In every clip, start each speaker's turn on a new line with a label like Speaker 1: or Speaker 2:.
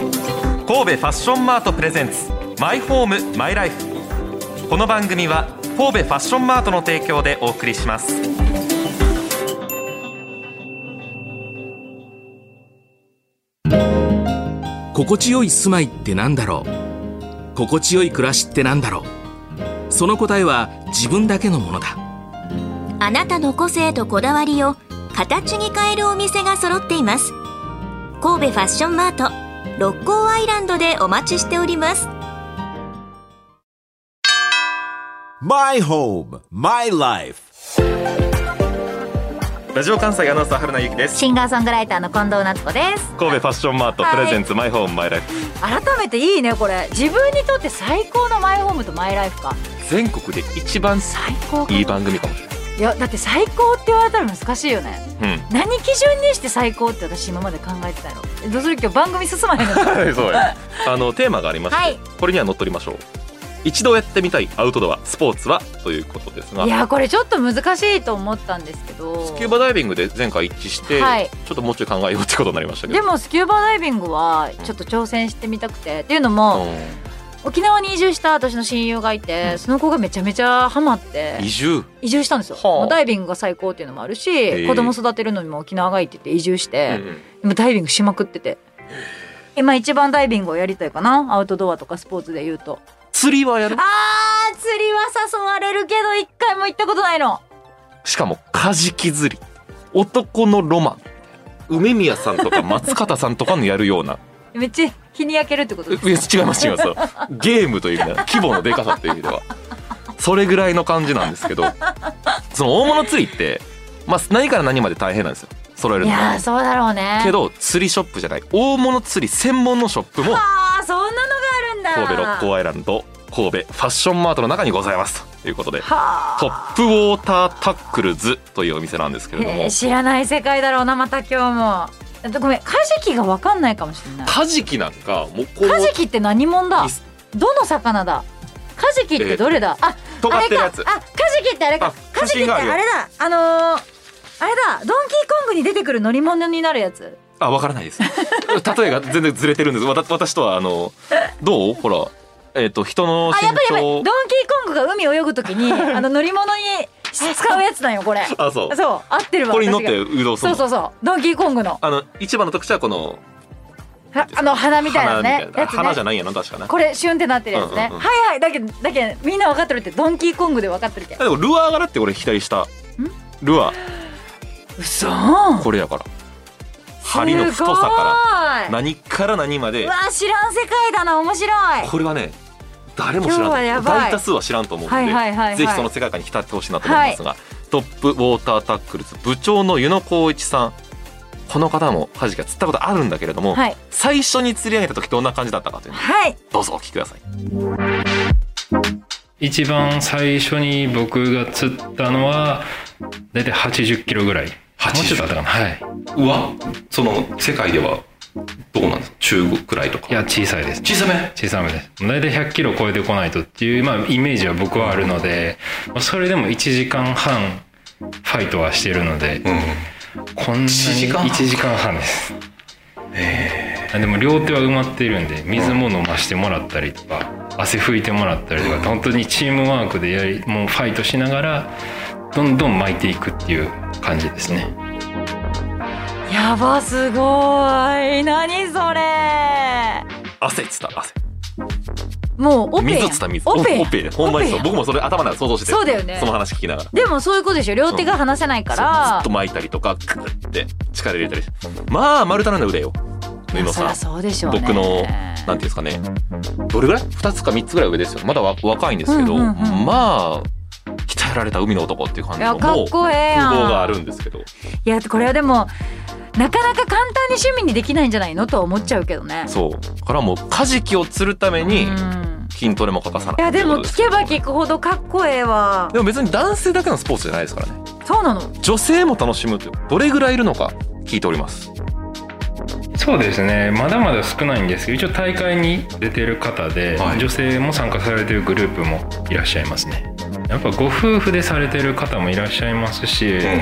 Speaker 1: 神戸ファッションマートプレゼンツマイホームマイライフこの番組は神戸ファッションマートの提供でお送りします
Speaker 2: 心地よい住まいってなんだろう心地よい暮らしってなんだろうその答えは自分だけのものだ
Speaker 3: あなたの個性とこだわりを形に変えるお店が揃っています神戸ファッションマート六甲アイランドでお待ちしております
Speaker 4: My home, my life.
Speaker 1: ラジオ関西アナウンサー春名由紀です
Speaker 5: シンガーソングライターの近藤夏子です
Speaker 1: 神戸ファッションマート
Speaker 5: はい
Speaker 1: プレゼンツマイホームマイライフ
Speaker 5: 改めていいねこれ自分にとって最高のマイホームとマイライフか
Speaker 1: 全国で一番
Speaker 5: 最高かない
Speaker 1: い番組かもし
Speaker 5: いやだって最高って言われたら難しいよね
Speaker 1: れない
Speaker 5: 何基準にして最高って私今まで考えてたのえどうする今日番組進まへんの
Speaker 1: うんそうやあのテーマがありまして、
Speaker 5: はい
Speaker 1: これには乗っ取りましょう一度やってみたいアウトドアスポーツはということですが
Speaker 5: いやこれちょっと難しいと思ったんですけど
Speaker 1: スキューバダイビングで前回一致して、
Speaker 5: はい
Speaker 1: ちょっともうちょい考えようってことになりましたけ
Speaker 5: で
Speaker 1: ど
Speaker 5: もスキューバダイビングはちょっと挑戦してみたくてっていうのも、
Speaker 1: う
Speaker 5: 沖縄に移住した私の親友がいて、
Speaker 1: うん
Speaker 5: その子がめちゃめちゃハマって
Speaker 1: ん移住
Speaker 5: 移住したんですよ、
Speaker 1: はあ
Speaker 5: もうダイビングが最高っていうのもあるし、
Speaker 1: え
Speaker 5: 子供育てるのにも沖縄がいいって言って移住し
Speaker 1: う
Speaker 5: て、
Speaker 1: ん
Speaker 5: でもダイビングしまくってて今一番ダイビングをやりたいかなアウトドアとかスポーツで言うと
Speaker 1: 釣りはやる
Speaker 5: あー釣りは誘われるけど一回も行ったことないの
Speaker 1: しかもカジキ釣り男のロマン梅宮さんとか松方さんとかのやるような
Speaker 5: めっちゃ日に焼けるってこと
Speaker 1: え
Speaker 5: で す
Speaker 1: いや違います違いますゲームという意味では規模のでかさという意味ではそれぐらいの感じなんですけどその大物釣りって、まあ、何から何まで大変なんですよ揃える
Speaker 5: い
Speaker 1: の
Speaker 5: や
Speaker 1: が
Speaker 5: ーそうだろうね
Speaker 1: けど釣りショップじゃない大物釣り専門のショップも
Speaker 5: あーそんなのがあるんだ
Speaker 1: 神戸六甲アイランド神戸ファッションマートの中にございますということで
Speaker 5: は
Speaker 1: トップウォータータックルズというお店なんですけれど
Speaker 5: ーへ
Speaker 1: も
Speaker 5: ー知らない世界だろうなまた今日もえっとごめんカジキがわかんないかもしれない
Speaker 1: カジキなんかもうこう
Speaker 5: カジキって何もんだどの魚だカジキってどれだ、あ
Speaker 1: 尖
Speaker 5: あ
Speaker 1: って
Speaker 5: れ
Speaker 1: る
Speaker 5: か
Speaker 1: や
Speaker 5: あカ
Speaker 1: つ
Speaker 5: ジキってあれ
Speaker 1: あ
Speaker 5: かカジキ
Speaker 1: 写真
Speaker 5: って
Speaker 1: があるよ
Speaker 5: あれだあのーあれだドンキーコングに出てくる乗り物になるやつ
Speaker 1: あわからないです例えが全然ずれてるんですわた私とはあのどうほらえっ、と人の
Speaker 5: あやっ
Speaker 1: 身
Speaker 5: ぱりやっぱりド
Speaker 1: 長
Speaker 5: ンキーコングが海泳ぐとき にあの乗り物に使うやつなんよこれ
Speaker 1: あそう
Speaker 5: そう合ってるわ
Speaker 1: これに乗っ
Speaker 5: 私が
Speaker 1: て運動する
Speaker 5: そう
Speaker 1: の
Speaker 5: そうそうドンキーコングの
Speaker 1: あの一番の特徴はこの
Speaker 5: はあの花みたいなね
Speaker 1: 花みたいな
Speaker 5: やつね
Speaker 1: 花じゃないんやな確かな
Speaker 5: これシュンってなってるやつね、
Speaker 1: うんうんうん
Speaker 5: はいはいだけどだけどみんな分かってるってドンキーコングで分かってるけ
Speaker 1: あでもルアー柄って俺左下ルアー
Speaker 5: うそー
Speaker 1: これやから針の太さから
Speaker 5: ら
Speaker 1: 何から何まで
Speaker 5: うわ知らん世界だな面白い
Speaker 1: これはね誰も知ら
Speaker 5: 今日は
Speaker 1: ない
Speaker 5: やばい
Speaker 1: 大多数は知らんと思うので、
Speaker 5: はいはいはいはい
Speaker 1: ぜひその世界観に浸ってほしいなと思いますが、トップウォータータックルズ部長の湯野光一さんこの方もカジキは釣ったことあるんだけれども、
Speaker 5: はい
Speaker 1: 最初に釣り上げた時どんな感じだったかというのを
Speaker 5: はい
Speaker 1: どうぞお聞きください
Speaker 6: 一番最初に僕が釣ったのは大体80キロぐらいもうちょっとあったかなはいう
Speaker 7: わその世界ではどうなんですか中国くらいとか
Speaker 6: いや小さいです
Speaker 7: 小さめ
Speaker 6: 小さめです大体100キロ超えてこないとっていう、まあ、イメージは僕はあるのでまあそれでも1時間半ファイトはしてるので
Speaker 7: うん
Speaker 6: こんな
Speaker 7: 1
Speaker 6: に
Speaker 7: 時間半
Speaker 6: 1時間半ですでも両手は埋まってるんで水も飲ましてもらったりとか汗拭いてもらったりとか本当にチームワークでやりもうファイトしながらどんどん巻いていくっていう感じですね
Speaker 5: やばすごい何それ
Speaker 1: 汗っつった汗
Speaker 5: もうオペや
Speaker 1: 水
Speaker 5: ん
Speaker 1: っつった水
Speaker 5: オペやん
Speaker 1: おオペでほんまにそう
Speaker 5: オペやん
Speaker 1: 僕もそれ頭の中で想像して
Speaker 5: そうだよね
Speaker 1: その話聞きながら
Speaker 5: でもそういうことでしょ両手が離せないか
Speaker 1: そうず
Speaker 5: ら
Speaker 1: っと巻いたりとかクッって力入れたりしてまあ丸太なんだ腕よ布野
Speaker 5: そ
Speaker 1: さ
Speaker 5: りゃ
Speaker 1: ん
Speaker 5: そうでしょうね
Speaker 1: 僕のなんていうんですかねどれぐらい2つか3つぐらい上ですよまだわ若いんですけど、
Speaker 5: うんうんうん
Speaker 1: まあ鍛えられた海の男っていう感
Speaker 5: い
Speaker 1: じの
Speaker 5: やか
Speaker 1: も
Speaker 5: っ
Speaker 1: う
Speaker 5: こええやん
Speaker 1: 風貌があるんですけど
Speaker 5: いやこれはでもなかなか簡単に趣味にできないんじゃないのとは思っちゃうけどね
Speaker 1: そうだからもうカジキを釣るために
Speaker 5: うん
Speaker 1: 筋トレも欠かさない
Speaker 5: いやでも
Speaker 1: ということ
Speaker 5: 聞
Speaker 1: す
Speaker 5: けば聞くほどかっこええわ
Speaker 1: でも別に男性だけのスポーツじゃないですからね
Speaker 5: そうなの
Speaker 1: 女性も楽しむというどれぐらいいるのか聞いております
Speaker 6: そうですねまだまだ少ないんですけど一応大会に出てる方で、
Speaker 7: はい
Speaker 6: 女性も参加されてるグループもいらっしゃいますねやっぱご夫婦でされてる方もいらっしゃいますし、や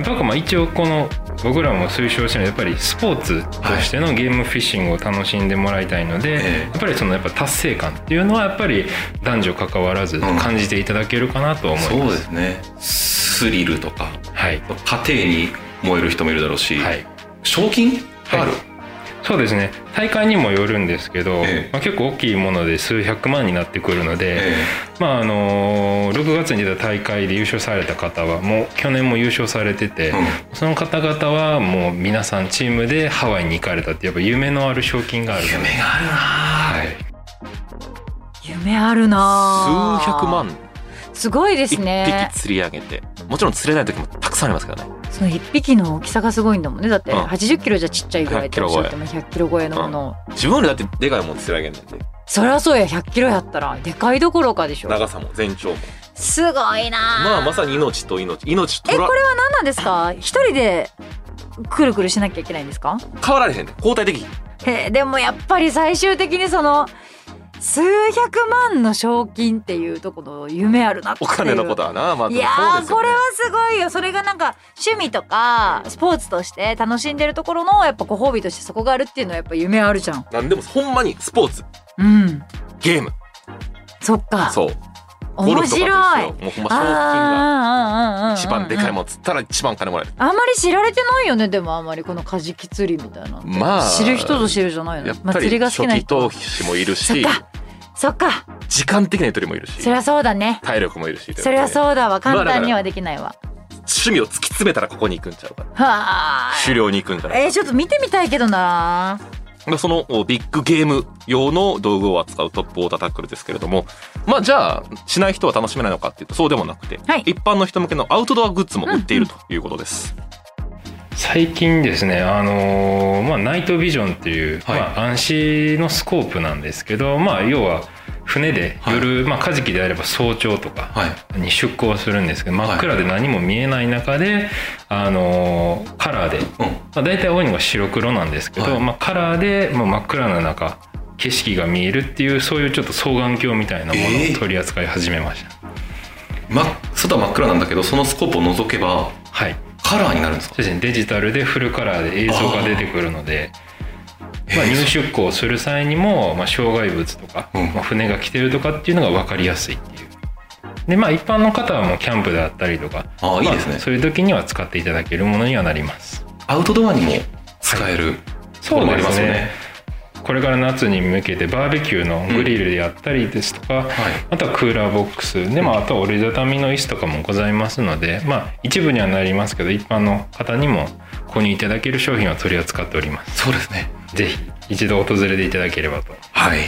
Speaker 6: っぱまあ一応この僕らも推奨してるのはやっぱりスポーツとしてのゲームフィッシングを楽しんでもらいたいので、
Speaker 7: ええ
Speaker 6: やっぱりそのやっぱ達成感っていうのはやっぱり男女関わらず
Speaker 7: ん
Speaker 6: 感じていただけるかなとは思い
Speaker 7: そう
Speaker 6: ま。
Speaker 7: ですすねスリルとか
Speaker 6: はい、
Speaker 7: 家庭に燃える人もいるだろうし、
Speaker 6: はい
Speaker 7: 賞金がある、
Speaker 6: はいそうですね大会にもよるんですけど、
Speaker 7: ええ
Speaker 6: まあ、結構大きいもので数百万になってくるので、
Speaker 7: え
Speaker 6: まああの6月に出た大会で優勝された方はもう去年も優勝されてて、
Speaker 7: うん
Speaker 6: その方々はもう皆さんチームでハワイに行かれたってやっぱ夢のある賞金があるので
Speaker 7: 夢があるなはい
Speaker 5: 夢あるなあ
Speaker 1: 数百万
Speaker 5: すごいで
Speaker 1: 一
Speaker 5: すね
Speaker 1: 匹釣り上げて、もちろん釣れない時もたくさんありますからね
Speaker 5: その一匹の大きさがすごいんだもんねだって
Speaker 1: うん
Speaker 5: 80キロじゃちっちゃいぐらいっておっしゃっても100キロ超えのものを
Speaker 1: 自分よりだってでかいもん釣り上げんねんで
Speaker 5: そりゃそうや100キロやったらでかいどころかでしょ
Speaker 1: 長さも全長も
Speaker 5: すごいなあ
Speaker 1: まあまさに命と命命と
Speaker 5: えこれ
Speaker 1: ら
Speaker 5: は何なんですか一人でくるくるしなきゃいけないんですか
Speaker 1: 変わられへんねん交代的
Speaker 5: へえでもやっぱり最終的にその数百万の賞金っていうところの夢あるなって
Speaker 1: お
Speaker 5: いう
Speaker 1: 金のことはなまあ
Speaker 5: いや
Speaker 1: そうで
Speaker 5: ー
Speaker 1: すよ
Speaker 5: こ
Speaker 1: ね
Speaker 5: れはすごいよそれがなんか趣味とかスポーツとして楽しんでるところのやっぱご褒美としてそこがあるっていうのはやっぱ夢あるじゃん
Speaker 1: なんでもほんまにスポーツ
Speaker 5: うん
Speaker 1: ゲーム
Speaker 5: そっか
Speaker 1: そうゴル
Speaker 5: 面
Speaker 1: フとか
Speaker 5: 白い
Speaker 1: と一緒もうほんま賞金が
Speaker 5: あー
Speaker 1: 一番でかい
Speaker 5: ん
Speaker 1: もん釣ったら一番金もらえる
Speaker 5: あんまり知られてないよねでもあんまりこのカジキ釣りみたいなのって
Speaker 1: まあ
Speaker 5: 知る人ぞ知るじゃないの、
Speaker 1: やっ
Speaker 5: ま
Speaker 1: ぱ
Speaker 5: あ、釣り
Speaker 1: り
Speaker 5: が
Speaker 1: 初
Speaker 5: 好きな
Speaker 1: 期
Speaker 5: 人
Speaker 1: 投資もいる
Speaker 5: そっ
Speaker 1: し
Speaker 5: かそっか
Speaker 1: 時間的なゆとりもいるし
Speaker 5: そりゃそうだね
Speaker 1: 体力もいるし
Speaker 5: そりゃ
Speaker 1: う
Speaker 5: そうだわ
Speaker 1: ま
Speaker 5: 簡
Speaker 1: あだから
Speaker 5: 単にはできないわ、
Speaker 1: 趣味を突き詰めたらここに行くんちゃうかな
Speaker 5: はあ
Speaker 1: 狩猟に行くんじゃない
Speaker 5: えー、ちょっと見てみたいけどな
Speaker 1: まあそのおビッグゲーム用の道具を扱うトップウォータータックルですけれどもまあじゃあしない人は楽しめないのかっていうとそうでもなくて、
Speaker 5: はい
Speaker 1: 一般の人向けのアウトドアグッズも売っているということです、
Speaker 6: 最近ですね、あのーまあ、ナイトビジョンっていう、
Speaker 7: はい
Speaker 6: まあ、暗視のスコープなんですけど、まあ、要は船で夜、まあ、カジキであれば早朝とか
Speaker 7: はい
Speaker 6: に出港するんですけど真っ暗で何も見えない中で、あのーカラーで、
Speaker 7: うん
Speaker 6: まあ、大体多いのが白黒なんですけど、
Speaker 7: はい
Speaker 6: まあ、カラーで、まあ、真っ暗な中景色が見えるっていうそういうちょっと双眼鏡みたいなも
Speaker 7: え
Speaker 6: の
Speaker 7: ー
Speaker 6: を取り扱い始めました、
Speaker 7: ま、外は真っ暗なんだけどそのスコープを覗けば
Speaker 6: はい
Speaker 7: カラーになるんですか
Speaker 6: そうですねデジタルでフルカラーで映像が出てくるのでまあ、
Speaker 7: えー
Speaker 6: 入出港する際にも、まあ、障害物とか、
Speaker 7: うん
Speaker 6: まあ、船が来てるとかっていうのが分かりやすいっていうでまあ一般の方はもうキャンプであったりとか
Speaker 7: ああいいです
Speaker 6: まあ
Speaker 7: ね
Speaker 6: そういう時には使っていただけるものにはなります
Speaker 7: アウトドアにも使えるところもありますよね
Speaker 6: これから夏に向けてバーベキューのグリルであったりですとか、あとはクーラーボックスで、まあ、あとは折りたたみの椅子とかもございますので、まあ、一部にはなりますけど一般の方にも購入いただける商品を取り扱っております
Speaker 7: そうですね
Speaker 6: ぜひ一度訪れていただければと
Speaker 7: はい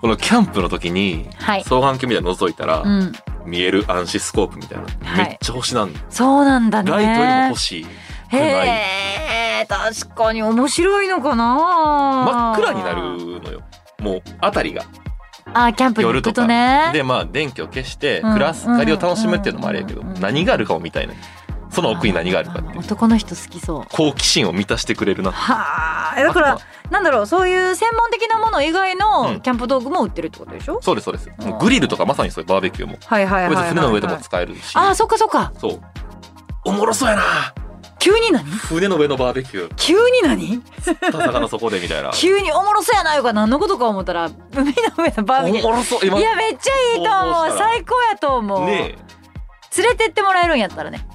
Speaker 1: このキャンプの時に
Speaker 5: はい
Speaker 1: 双眼鏡みたいなの覗いたら、
Speaker 5: うん
Speaker 1: 見える暗視スコープみたいな、
Speaker 5: はい
Speaker 1: めっちゃ欲しなんだ
Speaker 5: そうなんだね
Speaker 1: ライトよりも欲しいくない
Speaker 5: へえ確かに面白いのかな
Speaker 1: 真っ暗になるのよもう辺りが
Speaker 5: あキャンプに行
Speaker 1: 夜と
Speaker 5: く
Speaker 1: か
Speaker 5: とね
Speaker 1: でまあ電気を消して
Speaker 5: うん
Speaker 1: 暗がりを楽しむっていうのもあれやけど
Speaker 5: うんうんうん
Speaker 1: 何があるかを見たいねその奥に何があるかっていう
Speaker 5: 男の人好きそう
Speaker 1: 好奇心を満たしてくれるな
Speaker 5: はあだか
Speaker 1: あ
Speaker 5: ら
Speaker 1: とは
Speaker 5: なんだろうそういう専門的なもの以外
Speaker 1: う
Speaker 5: の
Speaker 1: ん
Speaker 5: キャンプ道具も売ってるってことでしょ、
Speaker 1: そうですそうですもうグリルとかまさにそういうバーベキューもこ
Speaker 5: はいはいはいい
Speaker 1: つ
Speaker 5: はい、はい、
Speaker 1: 船の上でも使えるし
Speaker 5: ああそっかそっか
Speaker 1: そうおもろそうやな
Speaker 5: 急に何
Speaker 1: 船の上のバーベキュー
Speaker 5: 急に何
Speaker 1: 田坂の底でみた いな
Speaker 5: 急におもろそうやないか何のことか思ったら海の上のバーベ
Speaker 1: お
Speaker 5: キュ
Speaker 1: もろそう
Speaker 5: ー
Speaker 1: 今
Speaker 5: い
Speaker 1: ね
Speaker 5: やめっちゃい
Speaker 1: 想
Speaker 5: いと
Speaker 1: 像
Speaker 5: 思
Speaker 1: し
Speaker 5: う
Speaker 1: たら
Speaker 5: 最高やと思う、
Speaker 1: え
Speaker 5: 連れてってもらえるんやったらね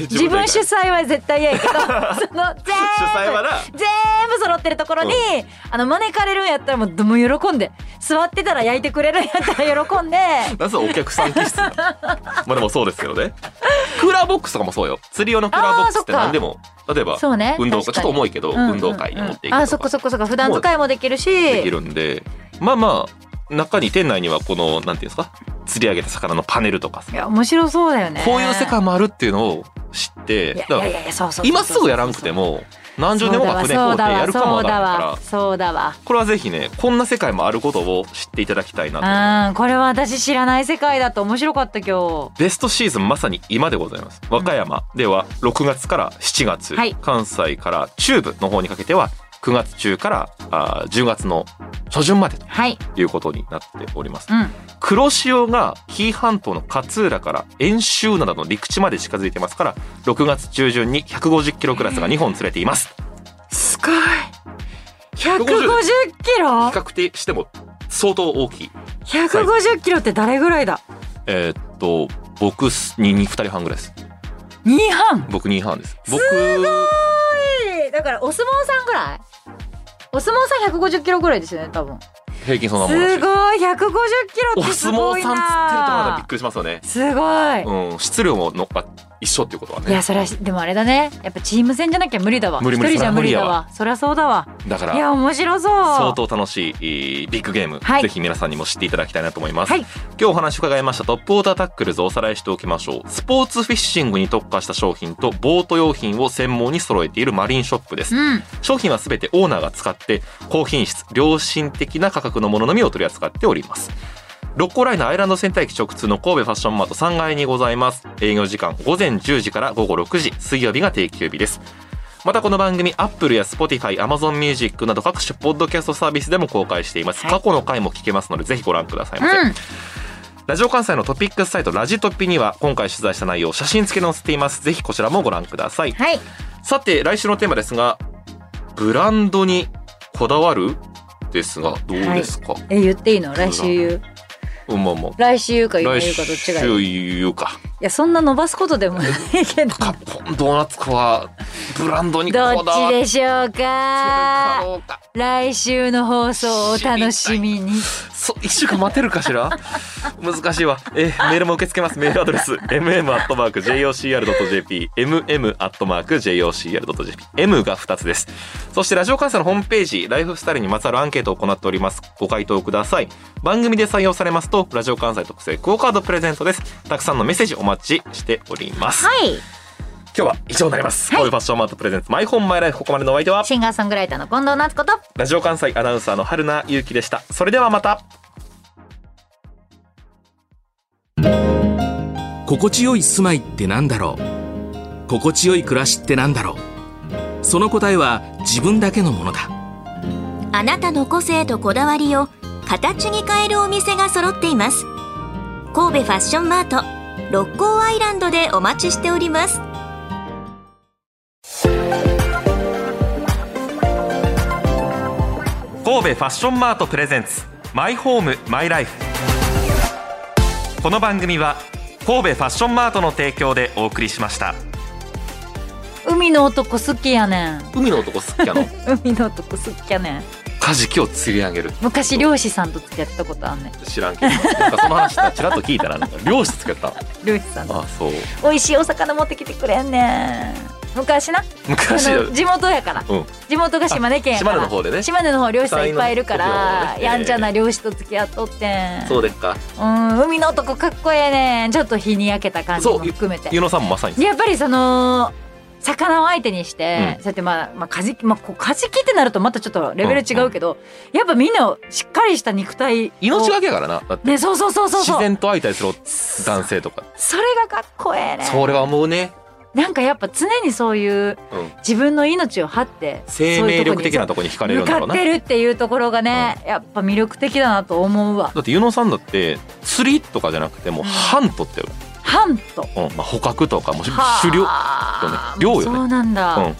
Speaker 5: 自 分主
Speaker 1: 主催
Speaker 5: 催は絶対 嫌やけどその全部
Speaker 1: はな
Speaker 5: 全部揃ってるところに、あの招かれるんやったらもうどもう喜んで座ってたら焼いてくれるんやったら喜 んで
Speaker 1: なぜお客さん気質なのまあでもそうですけどねクーラーボックスとかもそうよ釣り用のクーラーボックスって何でも例えば
Speaker 5: そうね
Speaker 1: 運動
Speaker 5: 確
Speaker 1: 会
Speaker 5: か
Speaker 1: ちょっ
Speaker 5: に
Speaker 1: と重いけど、
Speaker 5: うんうんうん
Speaker 1: 運動会に持っていくとか
Speaker 5: あそっかそっかそっか普段使いもできるし
Speaker 1: できるんでまあまあ中に店内にはこのなんていうんですか釣り上げた魚のパネルとかさ
Speaker 5: いや面白そうだよね
Speaker 1: こういう世界もあるっていうのを知って
Speaker 5: いやい
Speaker 1: だか
Speaker 5: や
Speaker 1: ら
Speaker 5: いやいやそうそうそうそう
Speaker 1: 今すぐやらんくても何十年後か船工
Speaker 5: そう
Speaker 1: 程
Speaker 5: だわ
Speaker 1: やるかもわからんから
Speaker 5: そうだわ
Speaker 1: これはぜひねこんな世界もあることを知っていただきたいな
Speaker 5: そう
Speaker 1: と
Speaker 5: だ
Speaker 1: 思います
Speaker 5: わうんこれは私知らない世界だと面白かった今
Speaker 1: ベストシーズンまさに今でございます和歌山では6月から7月、
Speaker 5: はい
Speaker 1: 関西から中部の方にかけては9月中からあー10月の初旬までと
Speaker 5: はい。
Speaker 1: いうことになっております
Speaker 5: うん。
Speaker 1: 黒潮が紀伊半島の勝浦から遠州灘の陸地まで近づいてますから6月中旬に150キロクラスが2本連れています
Speaker 5: すごい。150キ
Speaker 1: 比
Speaker 5: ロ
Speaker 1: 較的しても相当大きい
Speaker 5: ?150 キロって誰ぐらいだ
Speaker 1: えーっと僕に2人半ぐらいです
Speaker 5: ?2 半
Speaker 1: 僕2半です僕
Speaker 5: だからお相撲さんぐらいお相撲さん150キロぐらいですよね、多分。
Speaker 1: 平均そんなもんらしい
Speaker 5: すごい !150 キ
Speaker 1: お
Speaker 5: ロってす
Speaker 1: 相
Speaker 5: ご
Speaker 1: 撲
Speaker 5: い
Speaker 1: さんつってるとまだび
Speaker 5: な
Speaker 1: っくりしますよね
Speaker 5: すごい。
Speaker 1: うん質量ものが一緒っていうことはい
Speaker 5: や
Speaker 1: ね
Speaker 5: そりゃでもあれだねやっぱチーム戦じゃなきゃ無理だわ
Speaker 1: 無理無理
Speaker 5: 一人じゃ無理だわそりゃそうだわ
Speaker 1: だか
Speaker 5: い
Speaker 1: ら
Speaker 5: や面白そう
Speaker 1: 相当楽しいえービッグゲーム、
Speaker 5: はい
Speaker 1: ぜひ皆さんにも知っていただきたいなと思います、
Speaker 5: はい
Speaker 1: 今日お話伺いましたトップウォータータックルズをおさらいしておきましょうスポーツフィッシングに特化した商品とボート用品を専門に揃えているマリンショップです、
Speaker 5: うん
Speaker 1: 商品はすべてオーナーが使って高品質良心的な価格のもののみを取り扱っております六甲ライナーアイランドセンター駅直通の神戸ファッションマート3階にございます営業時間午前10時から午後6時水曜日が定休日ですまたこの番組 Apple や Spotify、Amazon Music など各種ポッドキャストサービスでも公開しています、
Speaker 5: はい
Speaker 1: 過去の回も聞けますのでぜひご覧くださいませ、
Speaker 5: うん
Speaker 1: ラジオ関西のトピックスサイトラジトピには今回取材した内容を写真付きで載せていますぜひこちらもご覧ください
Speaker 5: はい
Speaker 1: さて来週のテーマですがブランドにこだわるですがどうですか、
Speaker 5: え言っていいの来週言う
Speaker 1: うんまあまあ
Speaker 5: 来週言うか言う
Speaker 1: 来
Speaker 5: か言うかどっちがいいい
Speaker 1: 週言うか
Speaker 5: やそんな伸ばすことでもないけど
Speaker 1: カッポンドーナツコはブランドにこだわ
Speaker 5: ど
Speaker 1: っ
Speaker 5: ってち
Speaker 1: る
Speaker 5: でしょう
Speaker 1: か
Speaker 5: か
Speaker 1: どうか
Speaker 5: 来週の放送をお楽しみに
Speaker 1: そ1週間待てるかしら難しいわえーメールも受け付けますメールアドレス mm.jocr.jp mm.jocr.jp m が2つですそしてラジオ関西のホームページライフスタイルにまつわるアンケートを行っておりますご回答ください番組で採用されますとラジオ関西特製クオカードプレゼントですたくさんのメッセージお待ちしております、
Speaker 5: はい
Speaker 1: 今日は以上になります、こういうファッションマートプレゼンツマイホームマイライフここまでのお相手は
Speaker 5: シンガーソングライターの近藤夏子と
Speaker 1: ラジオ関西アナウンサーの春名ゆうきでしたそれではまた
Speaker 2: 心地よい住まいってなんだろう心地よい暮らしってなんだろうその答えは自分だけのものだ
Speaker 3: あなたの個性とこだわりを形に変えるお店が揃っています神戸ファッションマート六甲アイランドでお待ちしております
Speaker 1: 神戸ファッションマートプレゼンツマイホームマイライフこの番組は神戸ファッションマートの提供でお送りしました
Speaker 5: 海の男好きやねん
Speaker 1: 海の男好きや の
Speaker 5: 海の男好きやねん
Speaker 1: カジキを釣り上げる
Speaker 5: 昔漁師さんと付き合ってたことあんねん
Speaker 1: 知らんけどなんかその話ちらっと聞いたらなんか漁師つけた
Speaker 5: 漁師さんと
Speaker 1: あそう
Speaker 5: 美味しいお魚持ってきてくれんねん昔な
Speaker 1: 昔
Speaker 5: あの地元やから、
Speaker 1: うん
Speaker 5: 地元が島根県やか
Speaker 1: あ島
Speaker 5: ら
Speaker 1: 根の方でね
Speaker 5: 島根の方漁師さんいっぱいいるから、
Speaker 1: 山陰の方ね
Speaker 5: やんちゃな漁師と付き合っとってん
Speaker 1: そう
Speaker 5: う
Speaker 1: ですか
Speaker 5: ん海の男かっこええねんちょっと日に焼けた感じも
Speaker 1: そう
Speaker 5: 含めて
Speaker 1: ゆのさんもまさに
Speaker 5: でやっぱりその魚を相手にして、
Speaker 1: うん
Speaker 5: そうやってまあ、まあ、カジキ、まあ、こうカジキってなるとまたちょっとレベル違うけど、やっぱみんなしっかりした肉体を
Speaker 1: 命がけやからなだって
Speaker 5: ねそうそうそうそう
Speaker 1: 自
Speaker 5: そう
Speaker 1: 然と相対する男性とか
Speaker 5: それがかっこええねん
Speaker 1: それはもうね、
Speaker 5: なんかやっぱ常にそういう
Speaker 1: うん、
Speaker 5: 自分の命を張って
Speaker 1: 生命力的な
Speaker 5: と
Speaker 1: とこに惹
Speaker 5: こ
Speaker 1: か
Speaker 5: に
Speaker 1: れる
Speaker 5: 向
Speaker 1: んだ
Speaker 5: か
Speaker 1: ろう
Speaker 5: っ
Speaker 1: な
Speaker 5: てるっていうところがね、やっぱ魅力的だなと思うわ
Speaker 1: だってゆのさんだって釣りとかじゃなくてもうハントって
Speaker 5: ハント
Speaker 1: うんまあ、捕獲とかもし
Speaker 5: はあ
Speaker 1: 狩猟、ね漁よね
Speaker 5: そうなんだ、
Speaker 1: うん、